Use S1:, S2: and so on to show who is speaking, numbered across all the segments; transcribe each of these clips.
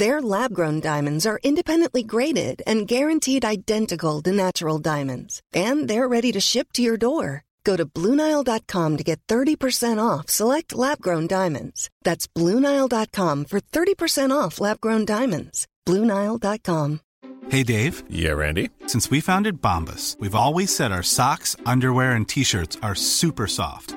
S1: Their lab grown diamonds are independently graded and guaranteed identical to natural diamonds, and they're ready to ship to your door. Go to Bluenile.com to get 30% off select lab grown diamonds. That's Bluenile.com for 30% off lab grown diamonds. Bluenile.com.
S2: Hey Dave,
S3: Yeah, Randy.
S2: since we founded Bombus, we've always said our socks, underwear, and t shirts are super soft.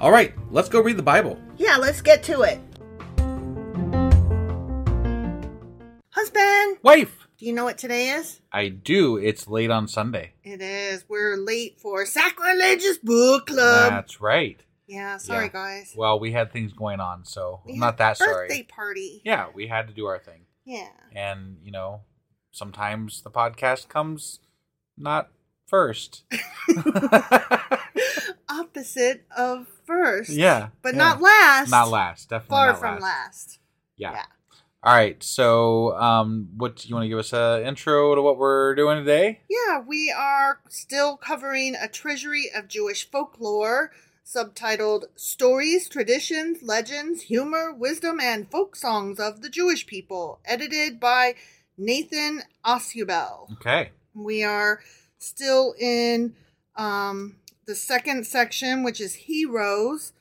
S4: All right, let's go read the Bible.
S5: Yeah, let's get to it. Husband,
S4: Wife!
S5: do you know what today is?
S4: I do. It's late on Sunday.
S5: It is. We're late for Sacrilegious Book Club.
S4: That's right.
S5: yeah, sorry,
S4: Yeah.
S5: guys.
S4: Well, we had things going on, so
S5: We
S4: I'm
S5: had
S4: not that
S5: a Birthday
S4: sorry.
S5: party.
S4: Yeah, we had to do our thing.
S5: Yeah.
S4: And, you know, sometimes the podcast comes not first.
S5: Opposite of first.
S4: Yeah,
S5: But
S4: yeah.
S5: not last.
S4: not last. Definitely
S5: Far
S4: not
S5: from last.
S4: Yeah.
S5: Yeah.
S4: All right. So, um, what you want to give us a intro to what we're doing today?
S5: Yeah, we are still covering a treasury of Jewish folklore subtitled Stories, Traditions, Legends, Humor, Wisdom, and Folk Songs of the Jewish People, edited by Nathan Osubel.
S4: Okay.
S5: We are still in um, the second section, which is Heroes,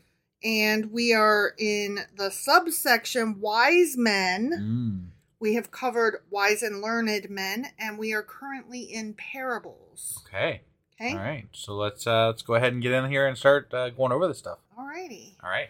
S5: and we are in the subsection Wise Men.
S4: Mm.
S5: We have covered wise and learned men, and we are currently in parables.
S4: Okay.
S5: Okay.
S4: All right. So let's uh, let's go ahead and get in here and start uh, going over this stuff.
S5: Alrighty.
S4: All right.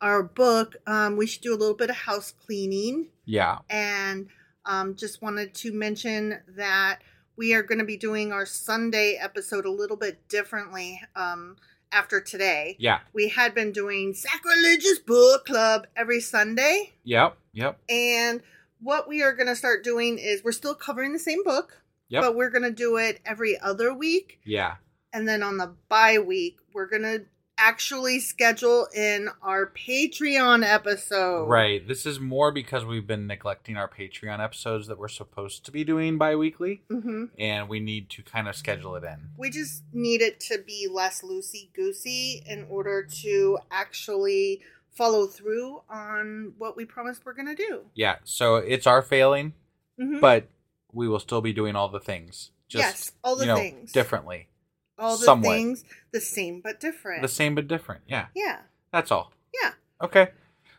S5: our book, um, we should do a little bit of house cleaning.
S4: Yeah.
S5: And um, just wanted to mention that we are going to be doing our Sunday episode a little bit differently um, after today.
S4: Yeah.
S5: We had been doing Sacrilegious Book Club every Sunday.
S4: Yep. Yep.
S5: And what we are going to start doing is we're still covering the same book,
S4: Yep.
S5: but we're going to do it every other week.
S4: yeah.
S5: And then on the bye week, we're going to actually schedule in our Patreon episode.
S4: Right. This is more because we've been neglecting our Patreon episodes that we're supposed to be doing bi weekly,
S5: hmm
S4: and we need to kind of schedule it in.
S5: We just need it to be less loosey goosey in order to actually follow through on what we promised we're going to do.
S4: Yeah. So it's our failing,
S5: Mhm.
S4: but we will still be doing all the things. Just,
S5: Yes, all the
S4: you know,
S5: things.
S4: Differently.
S5: All the
S4: somewhat.
S5: things, the same but different.
S4: The same but different. Yeah.
S5: Yeah.
S4: That's all.
S5: Yeah.
S4: Okay.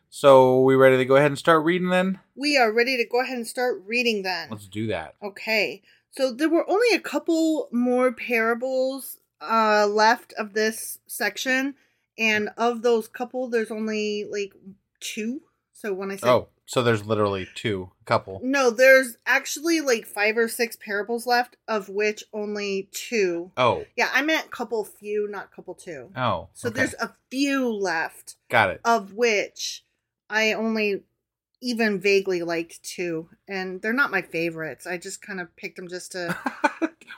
S4: So we ready to go ahead and start reading then?
S5: We are ready to go ahead and start reading then.
S4: Let's do that.
S5: Okay. So there were only a couple more parables uh left of this section and of those couple there's only like two. So when I say
S4: Oh, so there's literally two couple.
S5: No, there's actually like five or six parables left of which only two.
S4: Oh.
S5: Yeah, I meant couple few, not couple two.
S4: Oh.
S5: so
S4: okay.
S5: there's a few left
S4: Got it.
S5: of which I only even vaguely liked two and they're not my favorites. I just kind of picked them just to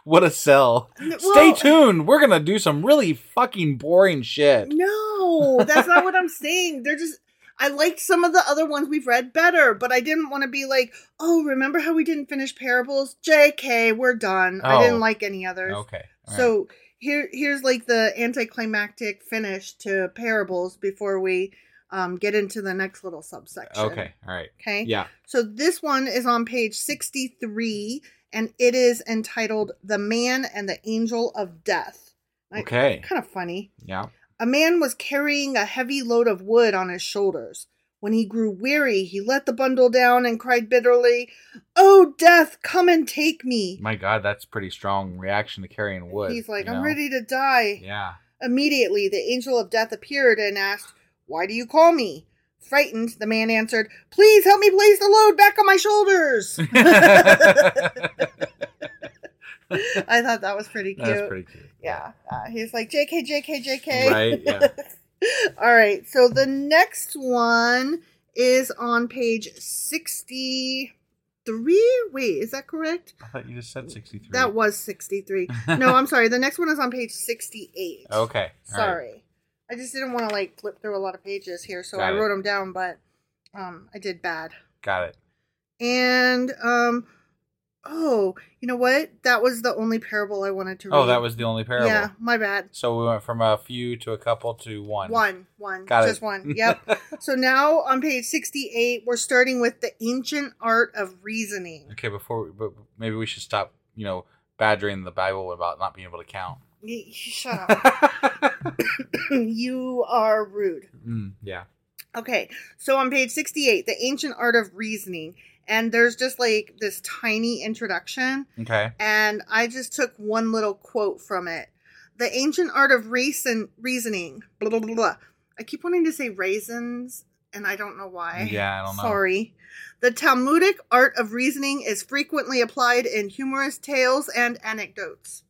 S4: What a sell.
S5: N-
S4: Stay
S5: well-
S4: tuned. We're going to do some really fucking boring shit.
S5: No, that's not what I'm saying. They're just I liked some of the other ones we've read better, but I didn't want to be like, "Oh, remember how we didn't finish parables? JK, we're done." I
S4: Oh.
S5: didn't like any others.
S4: Okay. all right.
S5: So, here here's like the anticlimactic finish to parables before we um, get into the next little subsection.
S4: Okay. All right.
S5: Okay.
S4: Yeah.
S5: So this one is on page 63 and it is entitled The Man and the Angel of Death.
S4: Okay.
S5: Kind of funny.
S4: Yeah.
S5: A man was carrying a heavy load of wood on his shoulders. When he grew weary, he let the bundle down and cried bitterly, Oh, death, come and take me.
S4: My God, that's pretty strong reaction to carrying wood.
S5: He's like,
S4: you
S5: I'm
S4: know?
S5: ready to die.
S4: Yeah.
S5: Immediately, the angel of death appeared and asked, Why do you call me? Frightened, the man answered, Please help me place the load back on my shoulders. I thought that was pretty cute.
S4: That's pretty cute.
S5: yeah. Uh, he's like, JK, JK, JK.
S4: Right. Yeah.
S5: All right. So the next one is on page 63. Wait, is that correct?
S4: I thought you just said 63.
S5: That was 63. No, I'm sorry. The next one is on page 68.
S4: Okay. all right.
S5: Sorry. I just didn't want to like flip through a lot of pages here, so
S4: Got
S5: I
S4: it.
S5: wrote them down, but um I did bad.
S4: Got it.
S5: And um oh, you know what? That was the only parable I wanted to read.
S4: Oh, that was the only parable.
S5: Yeah, my bad.
S4: So we went from a few to a couple to one.
S5: One, one,
S4: Got it.
S5: just one. Yep. so now on page sixty-eight, we're starting with the ancient art of reasoning.
S4: Okay, before we, but maybe we should stop, you know, badgering the Bible about not being able to count.
S5: Y- y- Shut up! you are rude.
S4: Mm, yeah.
S5: Okay, so on page sixty-eight, the ancient art of reasoning, and there's just like this tiny introduction,
S4: Okay.
S5: and I just took one little quote from it. The ancient art of reason reasoning. Blah blah blah. blah. I keep wanting to say raisins, and I don't know why.
S6: Yeah, I don't know.
S5: Sorry. The Talmudic art of reasoning is frequently applied in humorous tales and anecdotes.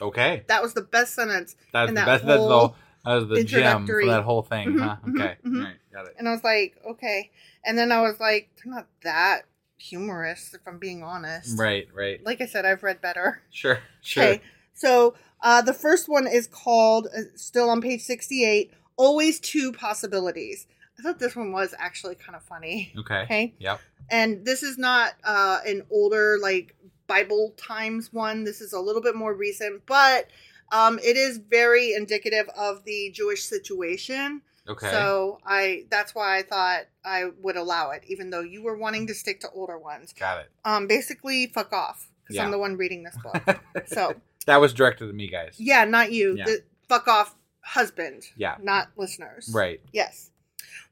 S6: Okay.
S5: That was the best sentence.
S6: That's
S5: in
S6: the
S5: that
S6: best. That's the,
S5: whole
S6: that was the gem for
S5: introductory-
S6: that whole thing.
S5: Mhm,
S6: huh?
S5: mhm,
S6: Okay.
S5: mhm.
S6: Right, got it.
S5: And I was like, okay. And then I was like, they're not that humorous, if I'm being honest.
S6: Right. Right.
S5: Like I said, I've read better.
S6: Sure. Sure.
S5: Okay. So uh, the first one is called, uh, still on page 68, Always Two Possibilities. I thought this one was actually kind of funny.
S6: Okay.
S5: Okay.
S6: Yep.
S5: And this is not uh, an older, like, Bible Times one. This is a little bit more recent, but um, it is very indicative of the Jewish situation.
S6: Okay.
S5: So I that's why I thought I would allow it, even though you were wanting to stick to older ones.
S6: Got it.
S5: Um, basically, fuck off, because
S6: Yeah.
S5: I'm the one reading this book. so
S6: That was directed to me, guys.
S5: yeah, not you.
S6: Yeah.
S5: The fuck off, husband.
S6: Yeah.
S5: not listeners.
S6: Right.
S5: Yes.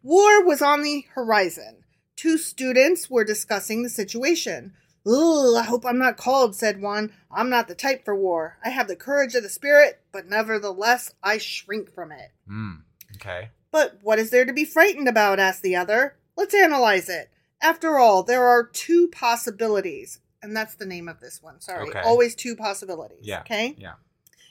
S5: War was on the horizon. Two students were discussing the situation. Ugh, I hope I'm not called, said one. I'm not the type for war. I have the courage of the spirit, but nevertheless, I shrink from it.
S6: Mm. Okay.
S5: But what is there to be frightened about? asked the other. Let's analyze it. After all, there are two possibilities. And that's the name of this one. Sorry.
S6: Okay.
S5: Always two possibilities.
S6: Yeah.
S5: Okay?
S6: Yeah.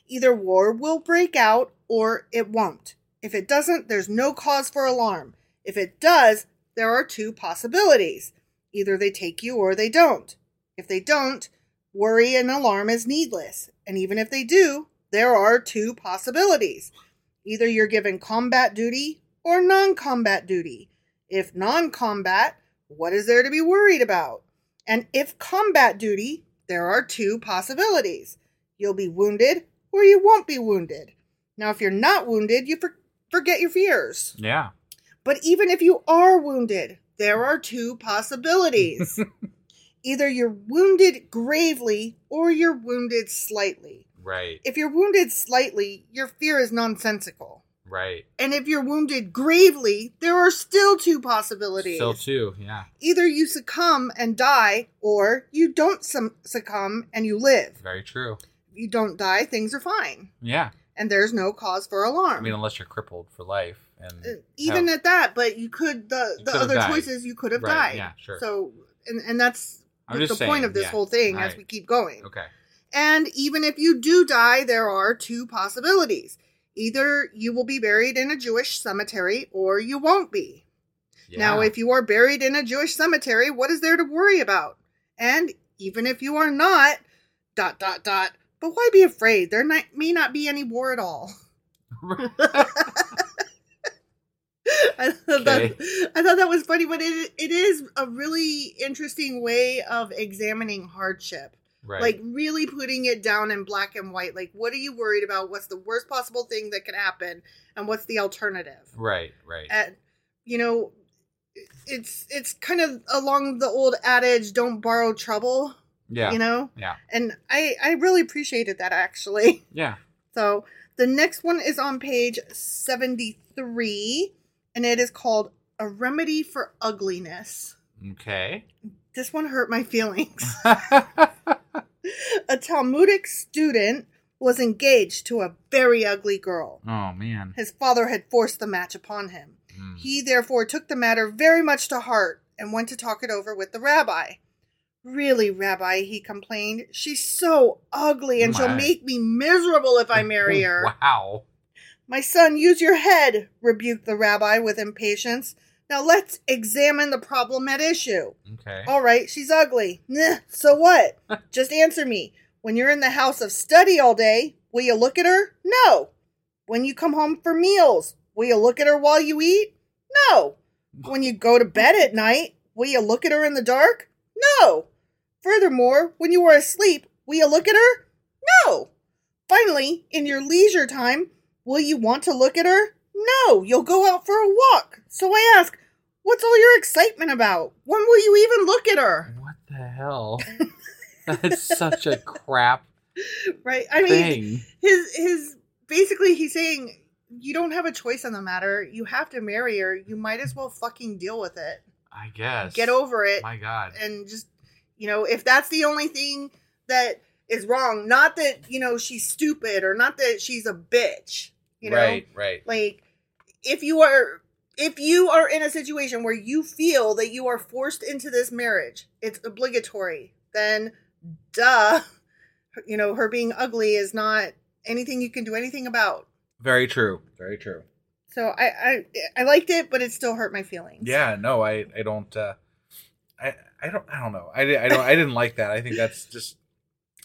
S5: Either war will break out or it won't. If it doesn't, there's no cause for alarm. If it does, there are two possibilities. Either they take you or they don't. If they don't, worry and alarm is needless. And even if they do, there are two possibilities. Either you're given combat duty or non combat duty. If non combat, what is there to be worried about? And if combat duty, there are two possibilities. You'll be wounded or you won't be wounded. Now, if you're not wounded, you for- forget your fears.
S6: Yeah.
S5: But even if you are wounded, there are two possibilities. Either you're wounded gravely or you're wounded slightly.
S6: Right.
S5: If you're wounded slightly, your fear is nonsensical.
S6: Right.
S5: And if you're wounded gravely, there are still two possibilities.
S6: Still two. Yeah.
S5: Either you succumb and die, or you don't sum- succumb and you live.
S6: Very true.
S5: If you don't die, things are fine.
S6: Yeah.
S5: And there's no cause for
S6: I
S5: alarm.
S6: mean, unless you're crippled for life, and
S5: Uh, even
S6: have-
S5: at that, but you could the
S6: You
S5: the
S6: could've
S5: other
S6: died.
S5: choices you could have
S6: Right,
S5: died.
S6: yeah, sure.
S5: So and and that's
S6: I'm
S5: the
S6: just
S5: point
S6: saying,
S5: of this
S6: yeah.
S5: whole thing as
S6: Right.
S5: we keep going.
S6: okay.
S5: And even if you do die, there are two possibilities. Either you will be buried in a Jewish cemetery or you won't be. Now,
S6: Yeah.
S5: if you are buried in a Jewish cemetery, what is there to worry about? And even if you are not, dot, dot, dot, but why be afraid? There not, may not be any war at all. I thought, that, I thought that was funny, but it, it is a really interesting way of examining hardship.
S6: right.
S5: Like, really putting it down in black and white. Like, what are you worried about? What's the worst possible thing that could happen? And what's the alternative?
S6: right. Right.
S5: at you know it's it's kind of along the old adage don't borrow trouble
S6: yeah.
S5: you know
S6: Yeah.
S5: and i i really appreciated that actually
S6: Yeah.
S5: so the next one is on page 73 and it is called a remedy for ugliness
S6: Okay. Oh,
S5: this one hurt my feelings a talmudic student was engaged to a very ugly girl
S6: Oh man.
S5: his father had forced the match upon him.
S6: Mm.
S5: He therefore took the matter very much to heart and went to talk it over with the rabbi. Really, Rabbi, he complained, she's so ugly and
S6: My.
S5: she'll make me miserable if I marry her.
S6: Wow.
S5: My son, use your head, rebuked the rabbi with impatience. Now let's examine the problem at issue.
S6: Okay.
S5: All right, she's ugly. Nah, so what? Just answer me. When you're in the house of study all day, will you look at her? No. When you come home for meals, will you look at her while you eat? No. When you go to bed at night, will you look at her in the dark? No. Furthermore, when you are asleep, will you look at her? No. Finally, in your leisure time, will you want to look at her? No, you'll go out for a walk. So I ask, what's all your excitement about? When will you even look at her?
S6: What the hell? That's such a crap
S5: Right? I mean,
S6: thing.
S5: his his basically he's saying you don't have a choice on the matter. You have to marry her. You might as well fucking deal with it.
S6: I guess.
S5: Get over it uh,
S6: My God.
S5: and just you know, if that's the only thing that is wrong, not that, you know, she's stupid or not that she's a bitch, you know.
S6: right. Right.
S5: Like if you are if you are in a situation where you feel that you are forced into this marriage, it's obligatory, then duh, you know, her being ugly is not anything you can do anything about.
S4: Very true. Very true.
S5: So I I, I liked it, but it still hurt my feelings.
S4: Yeah, no, I I don't uh I I don't I don't know. I di- I don't I didn't like that. I think that's just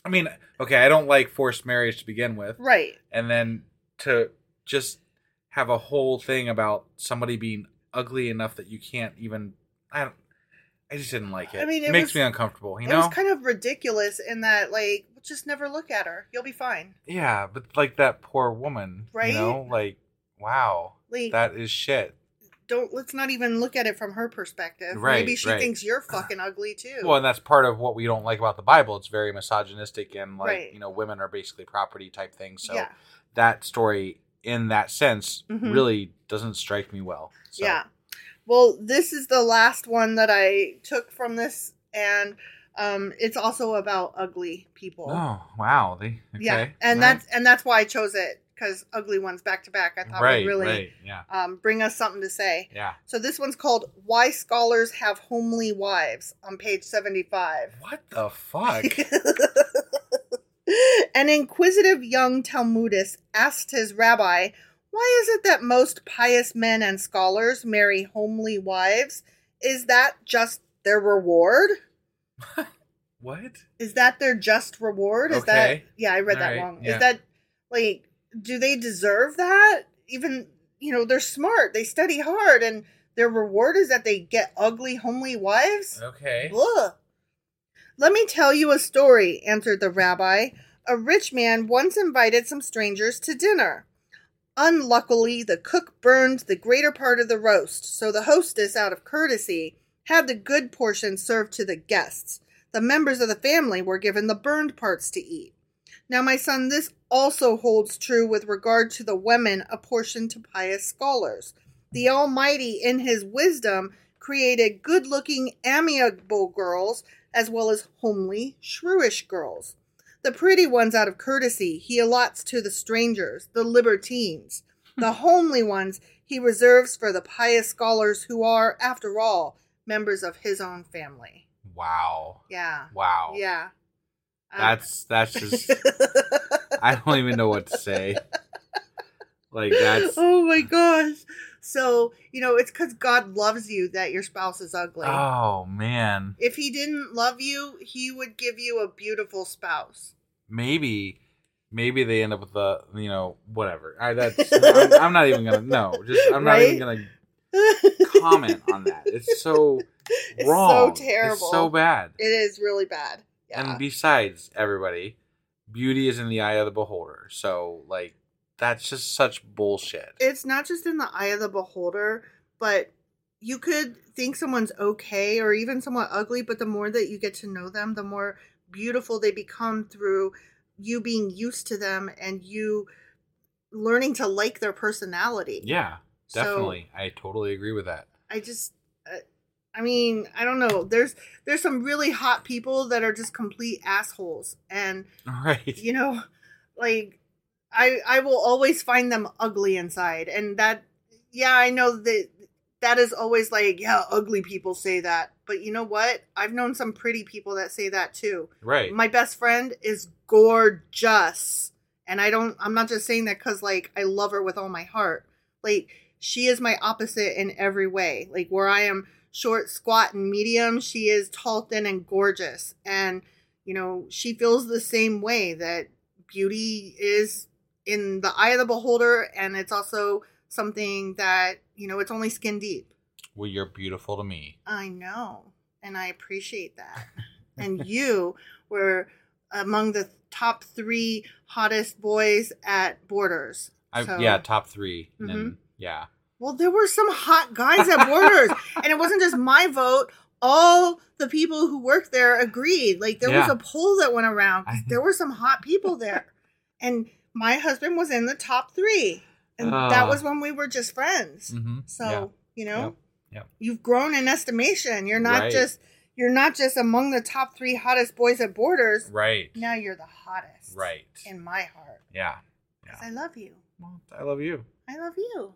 S4: I mean, okay, I don't like forced marriage to begin with.
S5: Right.
S4: And then to just have a whole thing about somebody being ugly enough that you can't even I don't I just didn't like it.
S5: I mean,
S4: it,
S5: it
S4: makes
S5: was-
S4: me uncomfortable, you
S5: It
S4: know?
S5: was kind of ridiculous in that like just never look at her. You'll be fine.
S4: yeah, but like that poor woman,
S5: Right?
S4: you know, like wow.
S5: Like-
S4: that is shit.
S5: Don't let's not even look at it from her perspective.
S4: Right,
S5: Maybe she
S4: right.
S5: thinks you're fucking ugly too.
S4: Well, and that's part of what we don't like about the Bible. It's very misogynistic and like,
S5: Right.
S4: you know, women are basically property type thing. So
S5: Yeah.
S4: that story in that sense
S5: Mhm.
S4: really doesn't strike me well. So.
S5: Yeah. Well, this is the last one that I took from this, and um, it's also about ugly people.
S4: Oh, wow. They, okay.
S5: Yeah, and
S4: All right.
S5: that's and that's why I chose it because ugly ones back to back. I thought
S4: Right,
S5: would really
S4: right, yeah.
S5: um, bring us something to say.
S4: Yeah.
S5: So this one's called "Why Scholars Have Homely Wives" on page seventy-five.
S4: What the fuck?
S5: An inquisitive young Talmudist asked his rabbi, Why is it that most pious men and scholars marry homely wives? Is that just their reward?
S4: what?
S5: Is that their just reward? Is that
S4: Okay.
S5: yeah, I read that
S4: Alright,
S5: wrong.
S4: yeah.
S5: Is that like do they deserve that? Even you know, they're smart, they study hard, and their reward is that they get ugly, homely wives?
S4: Okay.
S5: Ugh. Let me tell you a story, answered the rabbi. A rich man once invited some strangers to dinner. Unluckily, the cook burned the greater part of the roast, so the hostess, out of courtesy, had the good portion served to the guests. The members of the family were given the burned parts to eat. Now, my son, this also holds true with regard to the women apportioned to pious scholars. The Almighty, in His wisdom, created good looking, amiable girls as well as homely, shrewish girls. The pretty ones, out of courtesy, He allots to the strangers, the libertines. The homely ones He reserves for the pious scholars who are, after all, members of His own family.
S4: Wow.
S5: Yeah.
S4: Wow.
S5: Yeah. Um,
S4: That's that's just I don't even know what to say. Like that's
S5: oh my gosh. So, you know, it's because God loves you that your spouse is ugly.
S4: Oh man.
S5: If he didn't love you, he would give you a beautiful spouse.
S4: Maybe maybe they end up with the you know, whatever. I that's I'm, I'm not even gonna no, just I'm not even gonna comment on that. It's so
S5: It's
S4: wrong.
S5: so terrible.
S4: It's so bad.
S5: It is really bad. Yeah.
S4: And besides, everybody, beauty is in the eye of the beholder. So like that's just such bullshit.
S5: it's not just in the eye of the beholder, but you could think someone's okay or even somewhat ugly, but the more that you get to know them, the more beautiful they become through you being used to them and you learning to like their personality.
S4: Yeah,
S5: So-
S4: definitely. I totally agree with that.
S5: I just, uh, I mean, I don't know. There's there's some really hot people that are just complete assholes, and
S4: Right.
S5: you know, like I I will always find them ugly inside, and that yeah, I know that that is always like yeah, ugly people say that, but you know what? I've known some pretty people that say that too.
S4: Right.
S5: My best friend is gorgeous. And I don't, I'm not just saying that because, like, I love her with all my heart. Like, she is my opposite in every way. Like, where I am short, squat, and medium, she is tall, thin, and gorgeous. And, you know, she feels the same way that beauty is in the eye of the beholder. And it's also something that, you know, it's only skin deep.
S4: Well, you're beautiful to me.
S5: I know, and I appreciate that. and you were among the top three hottest boys at Borders.
S4: I
S5: So-
S4: yeah, top 3 And
S5: Mhm.
S4: yeah.
S5: Well, there were some hot guys at Borders, and it wasn't just my vote. All the people who worked there agreed. Like there was
S4: Yeah.
S5: a poll that went around. 'cause there were some hot people there, and my husband was in the top three, and that
S4: Ah.
S5: was when we were just friends.
S4: Mhm.
S5: So
S4: Yeah.
S5: you know,
S4: Yep. Yep.
S5: you've grown in estimation. You're not
S4: Right.
S5: just you're not just among the top three hottest boys at Borders.
S4: Right.
S5: Now you're the hottest.
S4: Right.
S5: In my heart,
S4: Yeah.
S5: 'Cause I love you.
S4: I love you.
S5: I love you.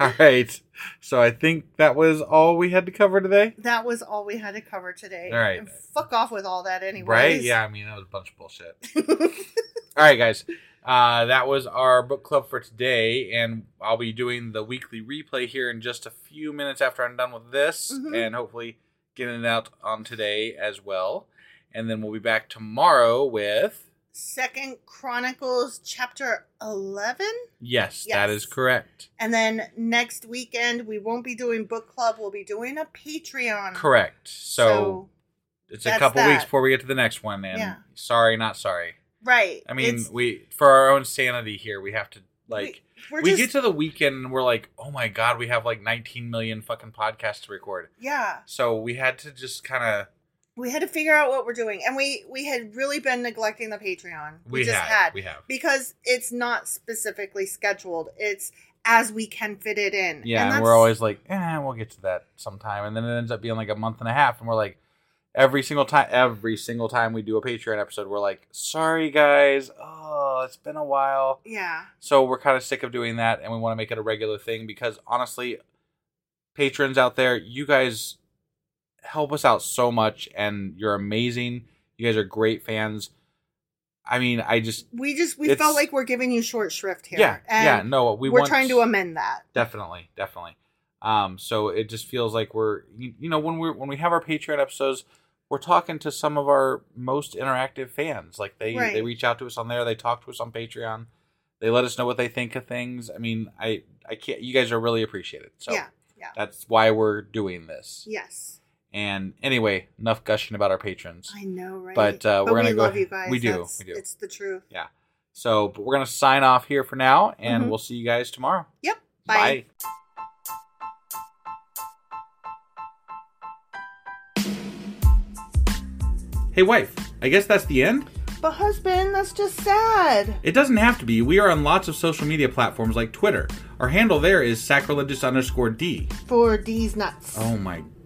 S4: All right. So I think that was all we had to cover today.
S5: That was all we had to cover today.
S4: All right.
S5: And fuck off with all that anyway.
S4: Right? Yeah, I mean, that was a bunch of bullshit. All right, guys. Uh, that was our book club for today, and I'll be doing the weekly replay here in just a few minutes after I'm done with this,
S5: Mm-hmm.
S6: Mhm.
S4: and hopefully getting it out on today as well. And then we'll be back tomorrow with
S5: Second Chronicles chapter 11.
S4: yes, that
S5: Yes.
S4: is correct,
S5: And then next weekend, we won't be doing book club. We'll be doing a Patreon.
S4: correct. So,
S5: Um, So,
S4: it's a
S5: that's
S4: couple
S5: that.
S4: weeks before we get to the next one, and
S5: Yeah.
S4: sorry, not sorry.
S5: Right.
S4: I mean,
S5: It's-
S4: we for our own sanity here, we have to like
S5: we're
S4: we,
S5: just-
S4: get to the weekend and we're like, oh my god, we have like 19 million fucking podcasts to record.
S5: yeah.
S4: So we had to just kind of
S5: we had to figure out what we're doing and we we had really been neglecting the patreon
S4: We
S5: just
S4: have, we have.
S5: because it's not specifically scheduled it's as we can fit it in
S4: yeah, and,
S5: that's-
S4: we're always like, eh, we'll get to that sometime, and then it ends up being like a month and a half, and we're like, every single time, every single time we do a Patreon episode, we're like, sorry guys, oh, it's been a while.
S5: yeah
S4: So we're kind of sick of doing that, and we want to make it a regular thing because honestly, patrons out there, you guys help us out so much, and you're amazing. You guys are great fans. I mean, I just
S5: we just we
S4: It's-
S5: felt like we're giving you short shrift here
S4: Yeah,
S5: and
S4: yeah, no, we
S5: we're
S4: want-
S5: trying to amend that
S4: definitely, definitely. Um, so it just feels like we're you, you know when we are when we have our Patreon episodes, we're talking to some of our most interactive fans. Like they
S6: Right.
S4: they reach out to us on there, they talk to us on Patreon, they let us know what they think of things. I mean, I I can't. You guys are really appreciated. So
S5: yeah yeah
S4: that's why we're doing this.
S5: yes
S4: And anyway, enough gushing about our patrons.
S5: i know right
S4: But, uh, we're gonna
S5: we
S4: go
S5: love you
S4: ahead-
S5: guys
S4: we do,
S5: That's-
S4: we do.
S5: it's the truth
S4: Yeah. So, but we're gonna sign off here for now, and
S5: Mhm.
S4: we'll see you guys tomorrow.
S5: yep
S4: Bye. Hey, wife. I guess that's the end.
S5: but husband that's just sad
S4: It doesn't have to be. We are on lots of social media platforms like Twitter. Our handle there is sacrilegious underscore D.
S5: for these nuts
S4: Oh my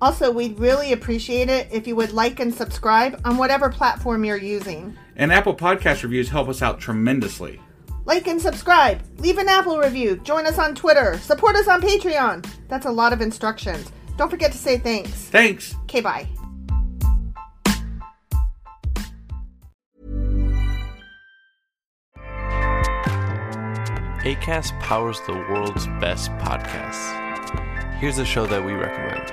S5: Also, we'd really appreciate it if you would like and subscribe on whatever platform you're using.
S4: And Apple Podcast reviews help us out tremendously.
S5: Like and subscribe, leave an Apple review, join us on Twitter, support us on Patreon. That's a lot of instructions. Don't forget to say thanks.
S4: Thanks.
S5: Okay, bye.
S7: ACAST powers the world's best podcasts. Here's a show that we recommend.